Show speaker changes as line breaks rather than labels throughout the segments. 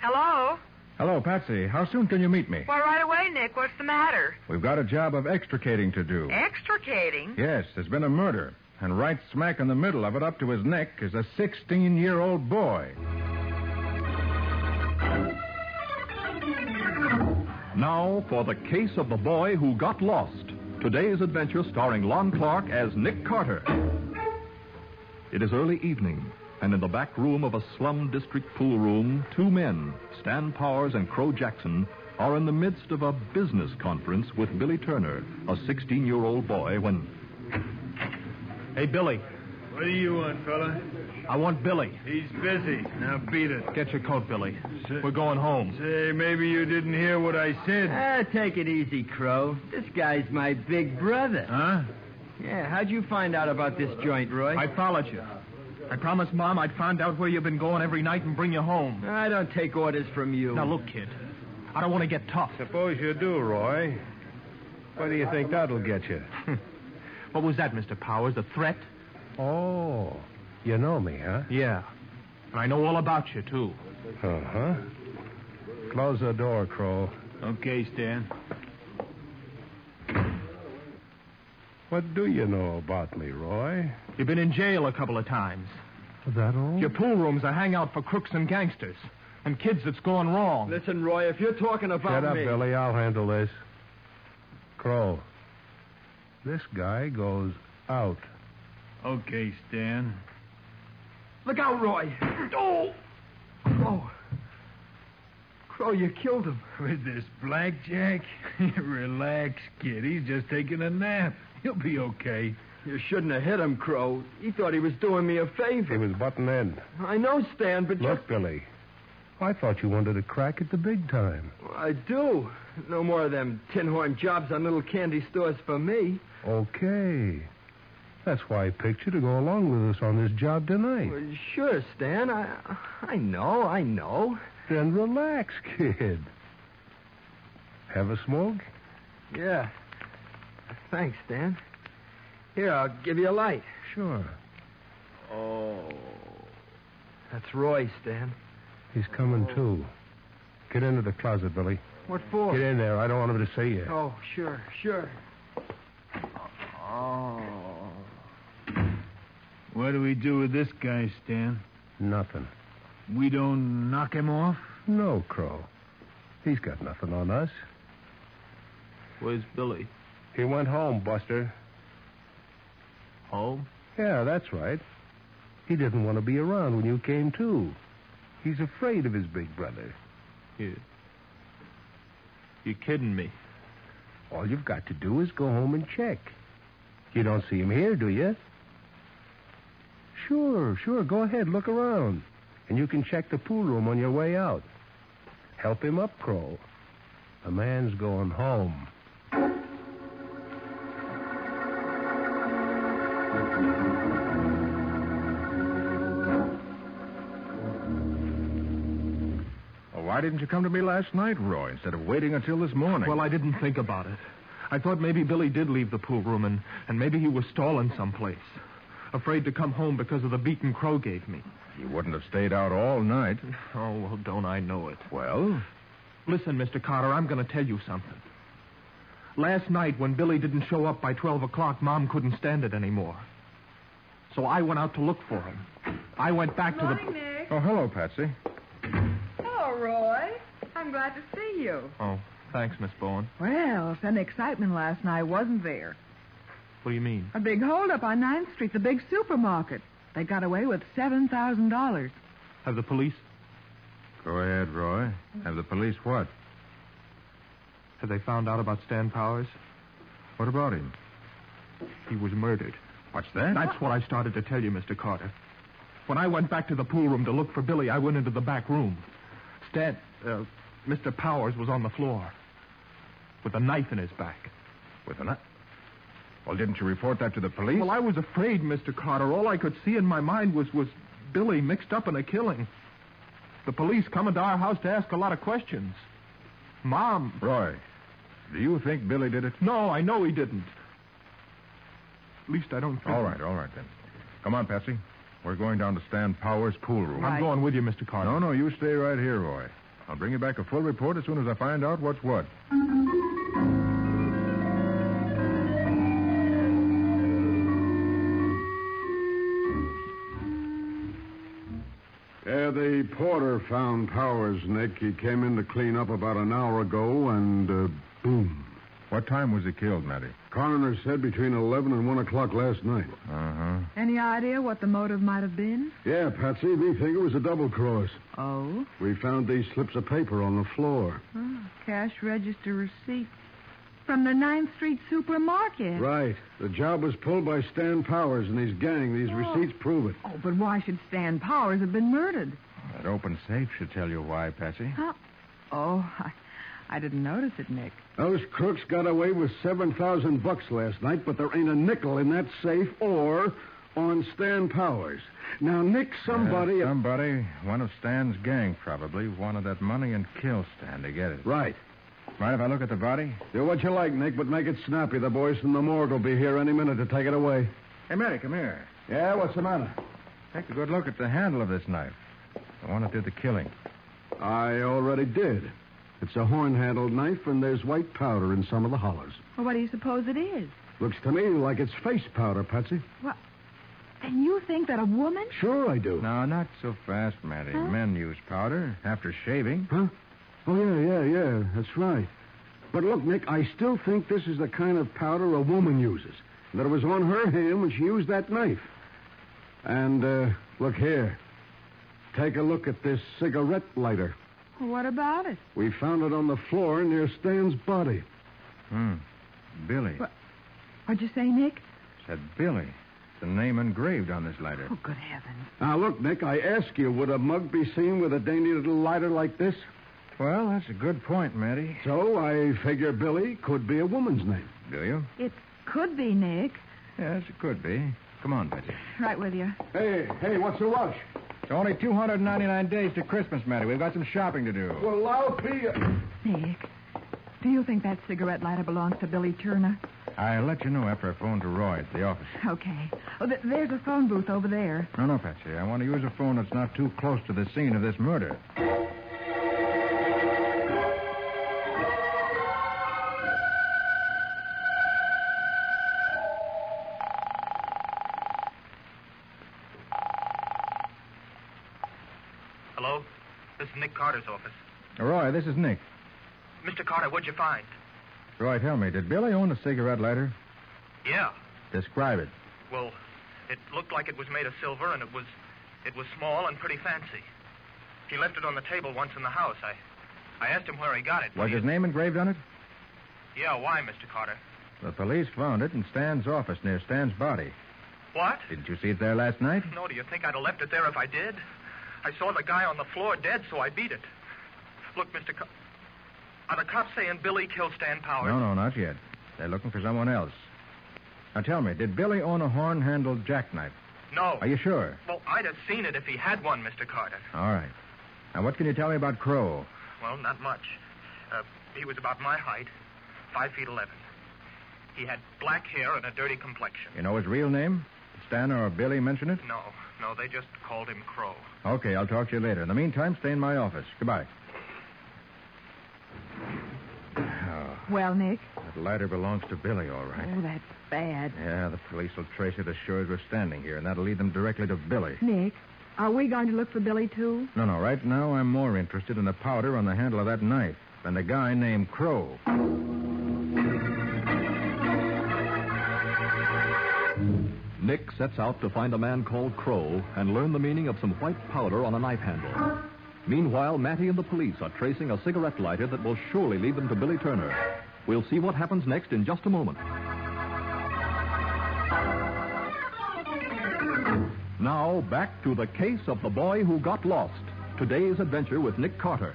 Hello?
Hello, Patsy. How soon can you meet me?
Well, right away, Nick. What's the matter?
We've got a job of extricating to do.
Extricating?
Yes, there's been a murder. And right smack in the middle of it, up to his neck, is a 16 year old boy.
Now for the case of the boy who got lost. Today's adventure starring Lon Clark as Nick Carter. It is early evening, and in the back room of a slum district pool room, two men, Stan Powers and Crow Jackson, are in the midst of a business conference with Billy Turner, a 16 year old boy, when.
Hey, Billy,
What do you want, fella?
I want Billy.
He's busy. Now beat it.
Get your coat, Billy.
Sir.
We're Uh. going home.
Say, maybe you didn't hear what I said.
Ah, take it easy, Crow. This guy's my big brother.
Huh?
Yeah, how'd you find out about this joint, Roy?
I followed you. I promised Mom I'd find out where you've been going every night and bring you home.
I don't take orders from you.
Now, look, kid. I don't want to get tough.
Suppose you do, Roy. What do you think that'll get you?
What was that, Mr. Powers? A threat?
Oh, you know me, huh?
Yeah. And I know all about you, too.
Uh huh. Uh-huh. Close the door, Crow.
Okay, Stan.
What do you know about me, Roy?
You've been in jail a couple of times.
That all?
Your pool room's a hangout for crooks and gangsters and kids that's gone wrong.
Listen, Roy, if you're talking about
Shut up,
me,
Billy. I'll handle this. Crow, this guy goes out. Okay, Stan.
look out, Roy. Oh, Crow, Crow, you killed him.
With this blackjack? Relax, kid. He's just taking a nap. He'll be okay.
You shouldn't have hit him, Crow. He thought he was doing me a favor.
He was button in.
I know, Stan, but
Look, Billy. I thought you wanted a crack at the big time.
just... I do. No more of them tin horn jobs on little candy stores for me.
Okay. That's why I picked you to go along with us on this job tonight.
Well, sure, Stan. I, I know, I know.
Then relax, kid. Have a smoke?
Yeah. Thanks, Dan. Here, I'll give you a light.
Sure.
Oh. That's Roy, Stan.
He's coming too. Get into the closet, Billy.
What for?
Get in there. I don't want him to see you.
Oh, sure, sure.
Oh. What do we do with this guy, Stan?
Nothing.
We don't knock him off?
No, Crow. He's got nothing on us.
Where's Billy?
He went home, Buster.
Home?
Yeah, that's right. He didn't want to be around when you came to. He's afraid of his big brother.
You. You kidding me?
All you've got to do is go home and check. You don't see him here, do you? Sure, sure. Go ahead, look around. And you can check the pool room on your way out. Help him up, Crow. The man's going home.
Oh, why didn't you come to me last night, Roy, instead of waiting until this morning?
Well, I didn't think about it. I thought maybe Billy did leave the pool room and, and maybe he was stalling someplace. Afraid to come home because of the beaten Crow gave me.
You wouldn't have stayed out all night.
Oh, well, don't I know it.
Well,
Listen, Mr. Carter, I'm going to tell you something. Last night, when Billy didn't show up by 12 o'clock, Mom couldn't stand it anymore. So I went out to look for him. I went back to
Morning,
the.
Nick.
Oh, hello, Patsy.
Hello, Roy. I'm glad to see you.
Oh, thanks, Miss Bowen.
Well, if any excitement last night wasn't there.
What do you mean?
A big holdup on Ninth Street, the big supermarket. They got away with $7,000.
Have the police?
Go ahead, Roy. Have the police what?
Have they found out about Stan Powers?
What about him?
He was murdered.
What's that?
That's what I started to tell you, Mr. Carter. When I went back to the pool room to look for Billy, I went into the back room. Stan, uh, Mr. Powers was on the floor with a knife in his back.
With an. Well, didn't you report that to the police?
Well, I was afraid, Mr. Carter. All I could see in my mind was was Billy mixed up in a killing. The police coming to our house to ask a lot of questions. Mom,
Roy, do you think Billy did it?
no, I know he didn't. At least I don't. Think
All right, all right then. Come on, Patsy. We're going down to Stan Powers' pool room.
I'm going with you, Mr. Carter.
No, no, you stay right here, Roy. I'll bring you back a full report as soon as I find out what's what.
Yeah, the porter found Powers, Nick. He came in to clean up about an hour ago, and uh, boom.
What time was he killed, Matty?
Coroner said between 11 and 1 o'clock last night.
Uh huh.
Any idea what the motive might have been?
Yeah, Patsy, we think it was a double cross.
Oh,
We found these slips of paper on the floor.
cash register receipt from the Ninth Street supermarket.
Right. The job was pulled by Stan Powers and his gang. These receipts prove it.
Oh, but why should Stan Powers have been murdered?
That open safe should tell you why, Patsy.
Huh? Oh, I, I didn't notice it, Nick.
Those crooks got away with 7,000 bucks last night, but there ain't a nickel in that safe or on Stan Powers. Now, Nick, somebody.
Yeah, Uh, somebody, one of Stan's gang probably, wanted that money and killed Stan to get it.
Right.
Mind if I look at the body?
Do what you like, Nick, but make it snappy. The boys from the morgue will be here any minute to take it away.
Hey, Matty, come here.
Yeah, what's the matter?
Take a good look at the handle of this knife. The one that did the killing.
I already did. It's a horn-handled knife, and there's white powder in some of the hollows.
Well, what do you suppose it is?
Looks to me like it's face powder, Patsy.
And you think that a woman?
Sure I do.
No, not so fast, Matty. Men use powder after shaving.
Huh? Oh, yeah, yeah, yeah. That's right. But look, Nick, I still think this is the kind of powder a woman uses. That it was on her hand when she used that knife. And, uh, look here. Take a look at this cigarette lighter.
Well, what about it?
We found it on the floor near Stan's body.
Hmm. Billy.
What? What'd you say, Nick?
Said Billy. The name engraved on this lighter.
Oh, good heavens.
Now, look, Nick, I ask you, would a mug be seen with a dainty little lighter like this?
Well, that's a good point, Matty.
So I figure Billy could be a woman's name.
Do you?
It could be, Nick.
Yes, it could be. Come on, Patsy.
Right with you.
Hey, hey, what's the rush?
It's only 299 days to Christmas, Matty. We've got some shopping to do.
Well, I'll be.
Nick, do you think that cigarette lighter belongs to Billy Turner?
I'll let you know after I phone to Roy at the office.
Okay. Oh, th- there's a phone booth over there.
No, no, Patsy. I want to use a phone that's not too close to the scene of this murder.
Hello? This is Nick Carter's office.
Roy, this is Nick.
Mr. Carter, what'd you find?
Roy, tell me, did Billy own a cigarette lighter?
Yeah.
Describe it.
Well, it looked like it was made of silver, and it was it was small and pretty fancy. He left it on the table once in the house. I I asked him where he got it. but
Was
he-
his name engraved on it?
Yeah, why, Mr. Carter?
The police found it in Stan's office near Stan's body.
What?
Didn't you see it there last night?
No, do you think I'd have left it there if I did? I saw the guy on the floor dead, so I beat it. Look, Mr. Car- are the cops saying Billy killed Stan Powers?
No, no, not yet. They're looking for someone else. Now tell me, did Billy own a horn-handled jackknife?
No.
Are you sure?
Well, I'd have seen it if he had one, Mr. Carter.
All right. Now what can you tell me about Crow?
Well, not much. Uh, he was about my height, five feet eleven. He had black hair and a dirty complexion.
You know his real name? Did Stan or Billy mention it?
No, no, they just called him Crow.
Okay, I'll talk to you later. In the meantime, stay in my office. Goodbye. Oh,
Well, Nick?
That lighter belongs to Billy, all right.
Oh, that's bad.
Yeah, the police will trace it as sure as we're standing here, and that'll lead them directly to Billy.
Nick, are we going to look for Billy, too?
No, no, right now I'm more interested in the powder on the handle of that knife than the guy named Crow.
Nick sets out to find a man called Crow and learn the meaning of some white powder on a knife handle. Meanwhile, Matty and the police are tracing a cigarette lighter that will surely lead them to Billy Turner. We'll see what happens next in just a moment. Now, back to the case of the boy who got lost. Today's adventure with Nick Carter.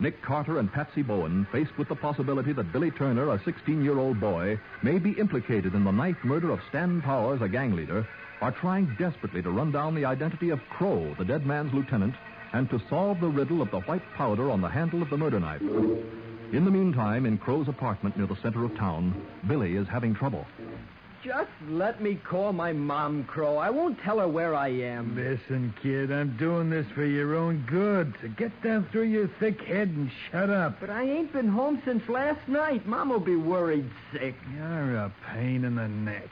Nick Carter and Patsy Bowen, faced with the possibility that Billy Turner, a 16 year old boy, may be implicated in the knife murder of Stan Powers, a gang leader, are trying desperately to run down the identity of Crow, the dead man's lieutenant, and to solve the riddle of the white powder on the handle of the murder knife. In the meantime, in Crow's apartment near the center of town, Billy is having trouble.
Just let me call my mom, Crow. I won't tell her where I am.
Listen, kid, I'm doing this for your own good. So get down through your thick head and shut up.
But I ain't been home since last night. Mom will be worried sick.
You're a pain in the neck.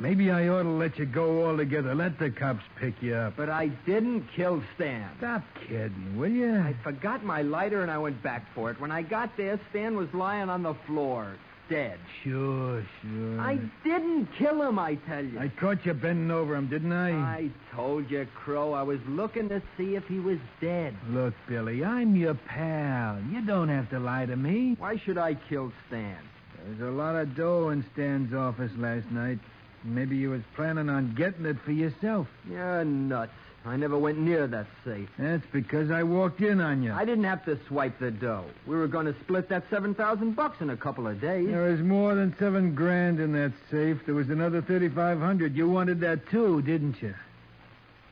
Maybe I ought to let you go altogether. Let the cops pick you up.
But I didn't kill Stan.
Stop kidding, will you?
I forgot my lighter and I went back for it. When I got there, Stan was lying on the floor, dead.
Sure, sure.
I didn't kill him, I tell you.
I caught you bending over him, didn't I?
I told you, Crow. I was looking to see if he was dead.
Look, Billy, I'm your pal. You don't have to lie to me.
Why should I kill Stan?
There's a lot of dough in Stan's office last night. Maybe you was planning on getting it for yourself.
You're nuts. I never went near that safe.
That's because I walked in on you.
I didn't have to swipe the dough. We were going to split that seven thousand bucks in a couple of days.
There was more than seven grand in that safe. There was another thirty-five hundred. You wanted that too, didn't you?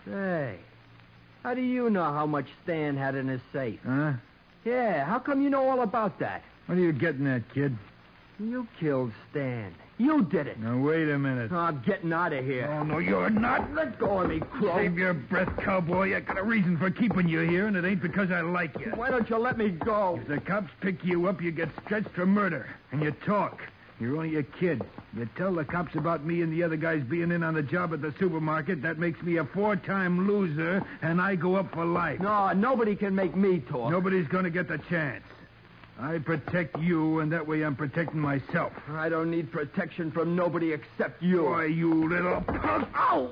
Say, how do you know how much Stan had in his safe?
Huh?
Yeah. How come you know all about that?
What are you getting at, kid?
You killed Stan. You did it.
Now, wait a minute.
Oh, I'm getting out of here.
Oh, no, you're not.
Let go of me, Crow.
Save your breath, cowboy. I got a reason for keeping you here, and it ain't because I like you.
Why don't you let me go?
If the cops pick you up, you get stretched for murder. And you talk. You're only a kid. You tell the cops about me and the other guys being in on the job at the supermarket. That makes me a four time loser, and I go up for life.
No, nobody can make me talk.
Nobody's going to get the chance. I protect you, and that way I'm protecting myself.
I don't need protection from nobody except you.
Why, you little punk.
Ow!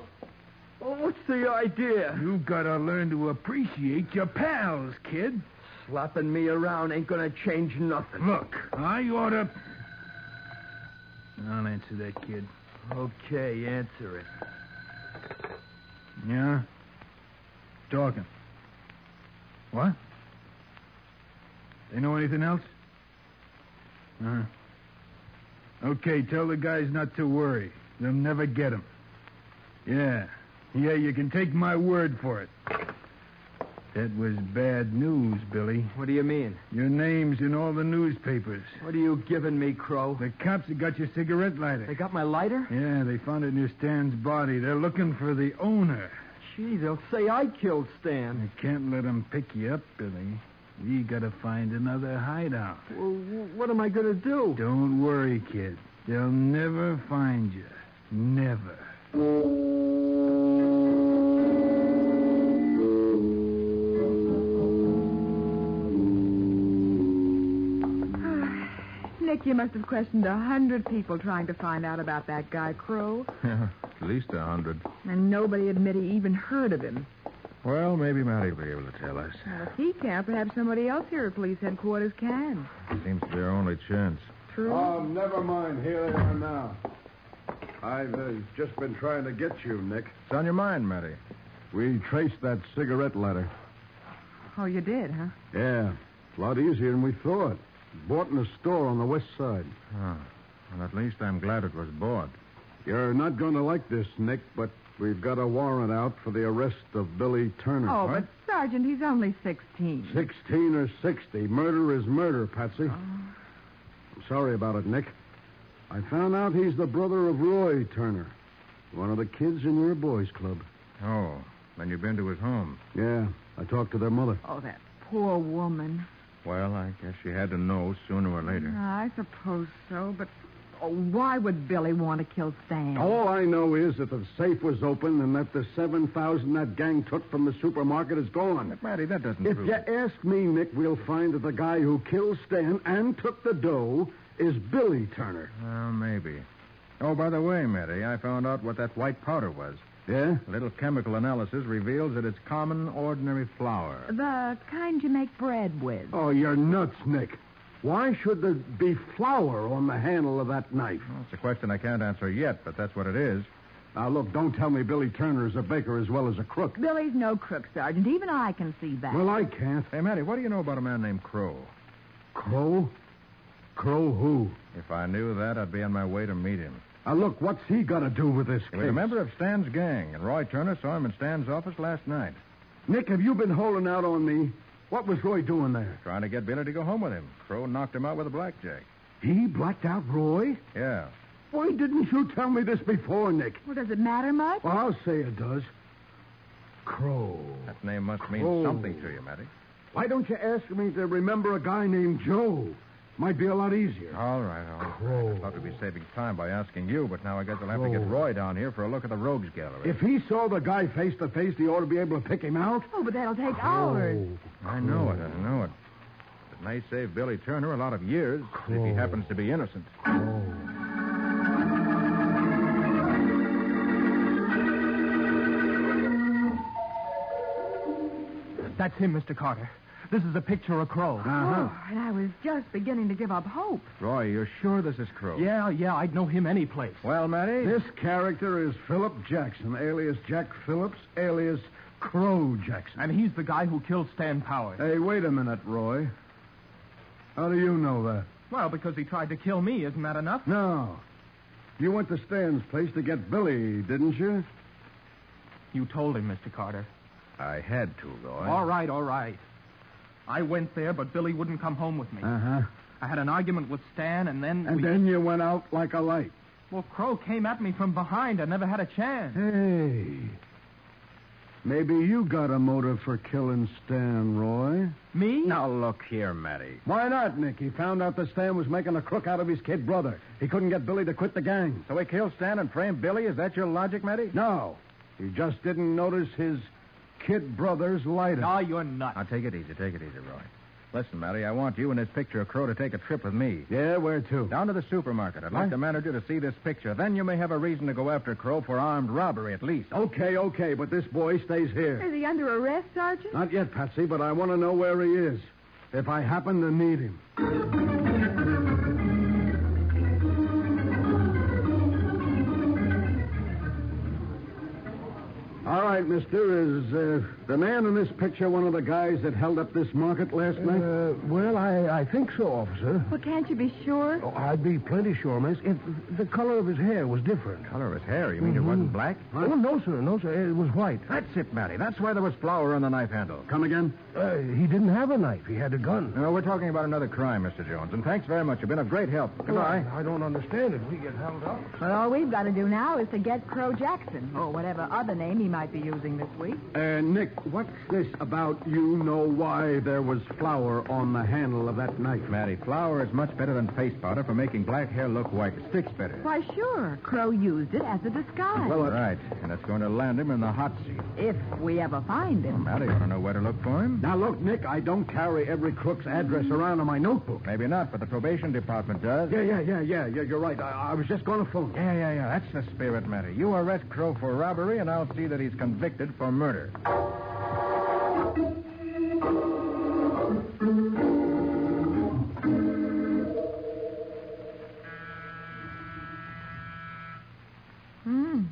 Well, what's the idea?
You gotta learn to appreciate your pals, kid.
Slapping me around ain't gonna change nothing.
Look, I oughta. I'll answer that, kid.
Okay, answer it.
Yeah? Talking. What? They know anything else? Uh-huh. Okay, tell the guys not to worry. They'll never get him. Yeah. Yeah, you can take my word for it. That was bad news, Billy.
What do you mean?
Your name's in all the newspapers.
What are you giving me, Crow?
The cops have got your cigarette lighter.
They got my lighter?
Yeah, they found it near Stan's body. They're looking for the owner.
Gee, they'll say I killed Stan.
I can't let them pick you up, Billy. We gotta find another hideout.
Well, what am I gonna do?
Don't worry, kid. They'll never find you. Never.
Nick, you must have questioned a hundred people trying to find out about that guy, Crow.
Yeah, at least a hundred.
And nobody admit he even heard of him.
Well, maybe Matty will be able to tell us.
Well, if he can't, perhaps somebody else here at police headquarters can.
Seems to be our only chance.
True.
Uh,
Oh, never mind. Here they are now. I've uh, just been trying to get you, Nick.
It's on your mind, Matty.
We traced that cigarette lighter.
Oh, you did, huh?
Yeah. A lot easier than we thought. Bought in a store on the west side.
Oh. Well, at least I'm glad it was bought.
You're not going to like this, Nick, but We've got a warrant out for the arrest of Billy
Hmm,
Turner.
Oh, but Sergeant, he's only 16.
16 or 60. Murder is murder, Patsy.
Oh.
Sorry about it, Nick. I found out he's the brother of Roy Turner, one of the kids in your boys' club.
Oh, then you've been to his home.
Yeah, I talked to their mother.
Oh, that poor woman. Ah,
Well, I guess you had to know sooner or later.
Uh,
I suppose so, but oh, why would Billy want to kill Sam?
All I know is that the safe was open and that the 7000 that gang took from the supermarket is gone. But,
Matty, that doesn't
If
prove
you
it.
ask me, Nick, we'll find that the guy who killed Stan and took the dough is Billy Turner.
Well, maybe. Oh, by the way, Matty, I found out what that white powder was.
Yeah?
A little chemical analysis reveals that it's common, ordinary flour.
The kind you make bread with.
Oh, you're nuts, Nick. Why should there be flour on the handle of that knife?
It's a question I can't answer yet, but that's what it is.
Now, look, don't tell me Billy Turner is a baker as well as a crook.
Billy's no crook, Sergeant. Even I can see that.
Well, I can't.
Hey, Matty, what do you know about a man named Crow?
Crow? Crow who?
If I knew that, I'd be on my way to meet him.
Now, look, what's he got to do with this
He
case?
was a member of Stan's gang, and Roy Turner saw him in Stan's office last night,
Nick, have you been holding out on me? What was Roy doing there?
trying to get Billy to go home with him. Crow knocked him out with a blackjack.
He blacked out Roy?
Yeah.
Why didn't you tell me this before, Nick?
Well, does it matter much?
Well, I'll say it does. Crow.
That name must mean
Crow.
something to you, Matty.
Why don't you ask me to remember a guy named Joe? Might be a lot easier.
All right, all right.
Crow.
I thought we'd be saving time by asking you, but now I guess I'll have to get
Crow.
Roy down here for a look at the rogues gallery.
If he saw the guy face to face, he ought to be able to pick him out. Oh.
Oh, but that'll take hours.
I know it, I know it. It may save Billy Turner a lot of years if he happens to be innocent.
That's him, Mr. Carter. This is a picture of Crow.
Oh, and I was just beginning to give up hope.
Roy, you're sure this is Crow?
Yeah, yeah, I'd know him any place.
Well, Matty?
This character is Philip Jackson, alias Jack Phillips, alias Crow Jackson.
And he's the guy who killed Stan Powers.
Hey, wait a minute, Roy. How do you know that?
Well, because he tried to kill me, isn't that enough?
No. You went to Stan's place to get Billy, didn't you?
You told him, Mr. Carter.
I had to, Roy.
All right, all right. I went there, but Billy wouldn't come home with me.
huh.
I had an argument with Stan, and then.
And
we-
then you went out like a light.
Well, Crow came at me from behind. I never had a chance.
Hey. Maybe you got a motive for killing Stan, Roy.
Me?
Now look here, Matty.
Why not, Nick? He found out that Stan was making a crook out of his kid brother. He couldn't get Billy to quit the gang.
So we killed Stan and framed Billy. Is that your logic, Matty?
No. He just didn't notice his kid brother's lighter.
No,
Ah,
Ah, you're nuts.
Now take it easy, take it easy, Roy. Listen, Matty, I want you and this picture of Crow to take a trip with me.
Yeah, where to?
Down to the supermarket. I'd like
Huh?
the manager to see this picture. Then you may have a reason to go after Crow for armed robbery, at least.
Okay, okay, but this boy stays here.
Is he under arrest, Sergeant?
Not yet, Patsy, but I want to know where he is. If I happen to need him. All right, mister. Is uh, the man in this picture one of the guys that held up this market last night?
Uh, well, I, I think so, officer.
Well, can't you be sure?
Oh, I'd be plenty sure, miss, if the color of his hair was different.
Color of his hair. You mean it wasn't black?
Oh, no, sir, no, sir. It was white.
That's it, Matty. That's why there was flour on the knife handle.
Come again?
Uh, he didn't have a knife. He had a gun.
No, we're talking about another crime, Mr. Jones, and thanks very much. You've been of great help. Goodbye.
I don't understand it. We get held up.
Well, all we've got to do now is to get Crow Jackson, or whatever other name he might be using this week.
Uh, Nick, what's this about you know why there was flour on the handle of that knife?
Matty, flour is much better than face powder for making black hair look white. It sticks better.
Why, sure. Crow used it as a disguise.
Well, right. And it's going to land him in the hot seat.
if we ever find him.
Matty, you want to know where to look for him?
Now, look, Nick, I don't carry every crook's address around in my notebook.
Maybe not, but the probation department does.
Yeah, yeah, yeah, yeah, yeah you're right. I, I was just going to phone.
Yeah, yeah, yeah. That's the spirit, Matty. You arrest Crow for robbery, and I'll see that he's convicted for murder.
Hmm.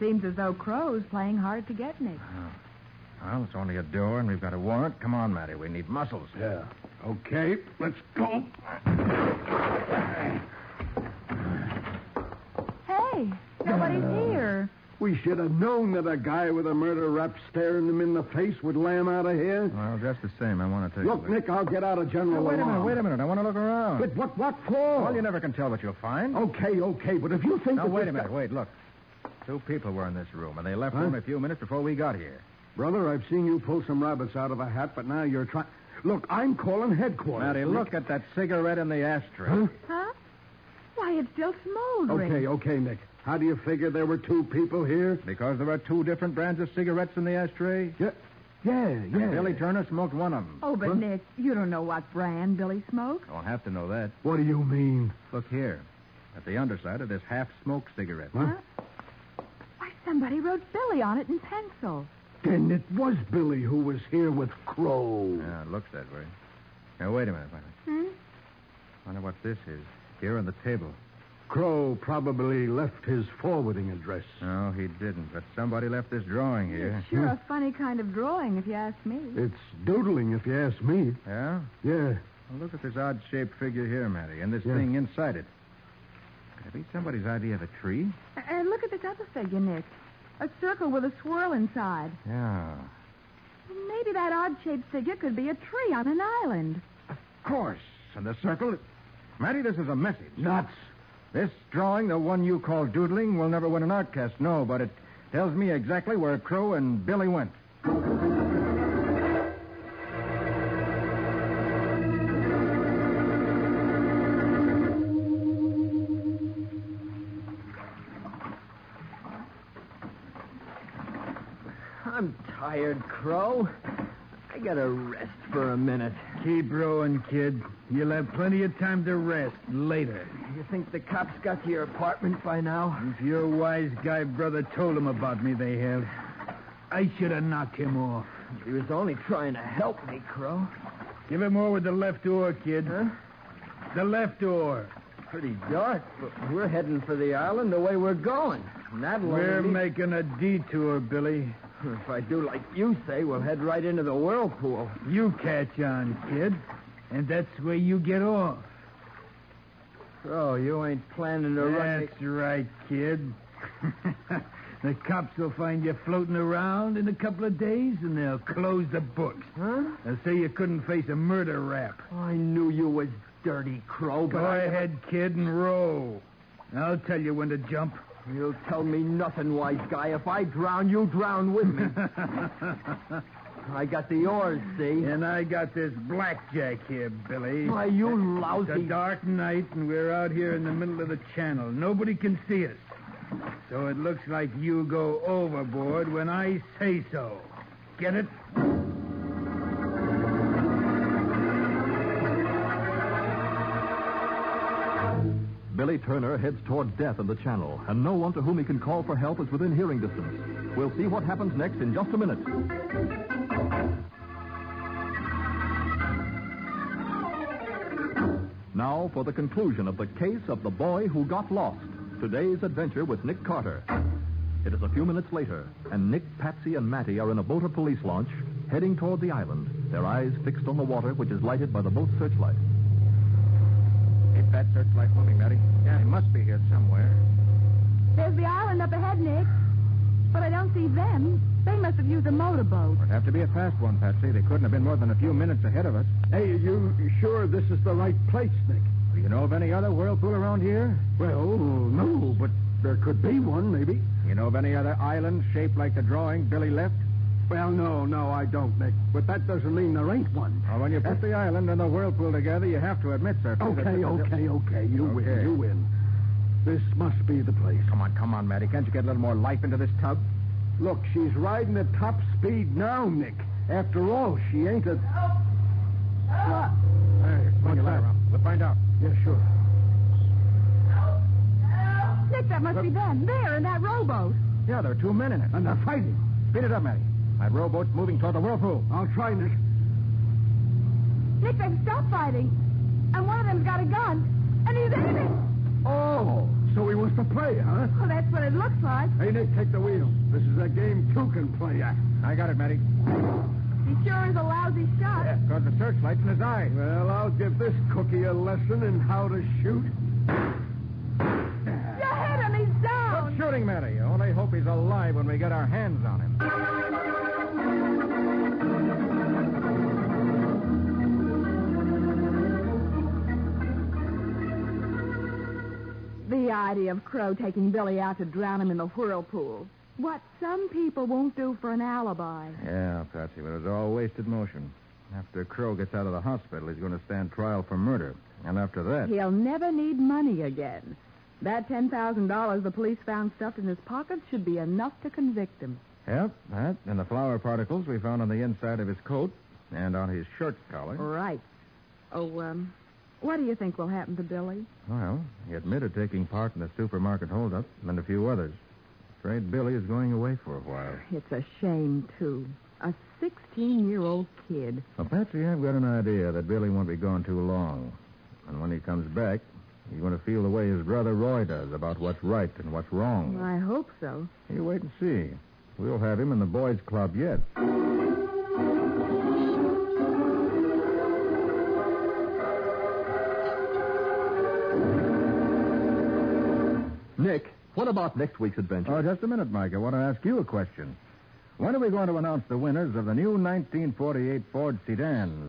Seems as though Crow's playing hard to get, Nick.
Well, it's only a door, and we've got a warrant. Come on, Matty. We need muscles.
Yeah. Okay, let's go.
Hey, nobody's here.
We should have known that a guy with a murder rap staring him in the face would lam out of here.
Well, just the same, I want to take
Look, Nick, I'll get out of general.
wait a minute,
alarm.
wait a minute. I want to look around.
But what, what for?
Well, you never can tell what you'll find.
Okay, okay, but if you think.
Now,
that
wait
this
a minute.
guy-
Wait, look. Two people were in this room, and they left
Huh?
only a few minutes before we got here.
Brother, I've seen you pull some rabbits out of a hat, but now you're trying. Look, I'm calling headquarters.
Matty, look at that cigarette in the ashtray.
Huh? Why, it's still smoldering.
Okay, okay, Nick. How do you figure there were two people here?
Because there are two different brands of cigarettes in the ashtray?
Yeah, yeah, yeah.
Billy Turner smoked one of them.
Oh, but Nick, you don't know what brand Billy smoked.
Don't have to know that.
What do you mean?
Look here. At the underside of this half-smoked cigarette.
Huh?
Why, somebody wrote Billy on it in pencil.
Then it was Billy who was here with Crow.
Yeah, it looks that way. Now, wait a minute, wait a minute.
Hmm?
Wonder what this is. Here on the table.
Crow probably left his forwarding address.
No, he didn't. But somebody left this drawing here.
It's sure a funny kind of drawing, if you ask me.
It's doodling, if you ask me.
Yeah?
Yeah.
Well, look at this odd-shaped figure here, Matty, and this thing inside it. Could it be somebody's idea of a tree?
A- And look at this other figure, Nick. A circle with a swirl inside.
Yeah.
Maybe that odd-shaped figure could be a tree on an island.
Of course. And the circle. Matty, this is a message.
Nuts.
This drawing, the one you call doodling, will never win an outcast, no, but it tells me exactly where Crow and Billy went.
I'm tired, Crow. I gotta rest for a minute.
Keep rowing, kid. You'll have plenty of time to rest later.
You think the cops got to your apartment by now?
If your wise guy brother told him about me, they have. I should have knocked him off.
He was only trying to help me, Crow.
Give him more with the left oar, kid.
Huh?
The left oar.
Pretty dark, but we're heading for the island the way we're going. And that'll
We're
only be-
making a detour, Billy.
If I do like you say, we'll head right into the whirlpool.
You catch on, kid. And that's where you get off.
Crow, Oh, you ain't planning to run. me-
That's right, kid. the cops will find you floating around in a couple of days, and they'll close the books.
Huh?
They'll say you couldn't face a murder rap.
I knew you was dirty, Crow, but
Go
I never-
ahead, kid, and row. I'll tell you when to jump.
You'll tell me nothing, wise guy. If I drown, you drown with me. I got the oars, see?
and I got this blackjack here, Billy.
Why, you
It's a
lousy...
dark night, and we're out here in the middle of the channel. Nobody can see us. So it looks like you go overboard when I say so. Get it?
Billy Turner heads toward death in the channel, and no one to whom he can call for help is within hearing distance. We'll see what happens next in just a minute. Now for the conclusion of the case of the boy who got lost. Today's adventure with Nick Carter. It is a few minutes later, and Nick, Patsy, and Matty are in a boat or police launch heading toward the island, their eyes fixed on the water, which is lighted by the boat's searchlight.
Ain't that searchlight moving, Matty? Yeah, it must be here somewhere.
There's the island up ahead, Nick. But I don't see them. They must have used a motorboat.
It'd have to be a fast one, Patsy. They couldn't have been more than a few minutes ahead of us.
Hey, are you sure this is the right place, Nick?
Do you know of any other whirlpool around here?
Well, no, but there could be one, maybe.
You know of any other island shaped like the drawing Billy left?
Well, no, no, I don't, Nick. But that doesn't mean there ain't one.
Well, when you put Oh, the island and the whirlpool together, you have to admit, sir.
Okay, okay, okay. You win,
Okay.
you win. This must be the place.
Come on, come on, Matty. Can't you get a little more life into this tub?
Look, she's riding at top speed now, Nick. After all, she ain't a. What? Hey, what's that?
We'll find out.
Yeah, sure.
Nick, that must be them. There, in that rowboat.
Yeah, there are two men in it.
And they're fighting.
Speed it up, Matty. My rowboat's moving toward the whirlpool.
I'll try, Nick.
Nick, they've stopped fighting. And one of them's got a gun. And he's aiming.
Oh, so he wants to play, huh?
Well, that's what it looks like.
Hey, Nick, take the wheel. This is a game two can play at.
I got it, Matty.
He sure is a lousy shot.
Because the searchlight's in his eye.
Well, I'll give this cookie a lesson in how to shoot.
You hit him. He's down.
Shooting, Matty. I only hope he's alive when we get our hands on him.
The idea of Crow taking Billy out to drown him in the whirlpool. What some people won't do for an alibi.
Yeah, Patsy, but it was all wasted motion. After Crow gets out of the hospital, he's going to stand trial for murder. And after that.
He'll never need money again. That $10,000 the police found stuffed in his pocket should be enough to convict him.
Yep, that, and the flour particles we found on the inside of his coat and on his shirt collar.
Right. Oh, um, what do you think will happen to Billy?
Well, he admitted taking part in the supermarket holdup and a few others. Afraid Billy is going away for a while.
It's a shame, too. A 16 year old kid.
Well, Patsy, I've got an idea that Billy won't be gone too long. And when he comes back, he's going to feel the way his brother Roy does about what's right and what's wrong.
I hope so.
You wait and see. We'll have him in the boys' club yet.
Nick, what about next week's adventure?
Oh, just a minute, Mike. I want to ask you a question. When are we going to announce the winners of the new 1948 Ford sedan?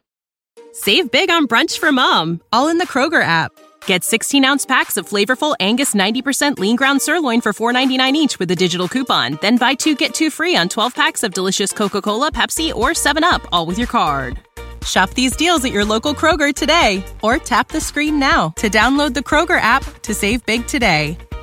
Save big on brunch for mom, all in the Kroger app. Get 16 ounce packs of flavorful Angus 90% lean ground sirloin for $4.99 each with a digital coupon. Then buy two get two free on 12 packs of delicious Coca Cola, Pepsi, or 7UP, all with your card. Shop these deals at your local Kroger today or tap the screen now to download the Kroger app to save big today.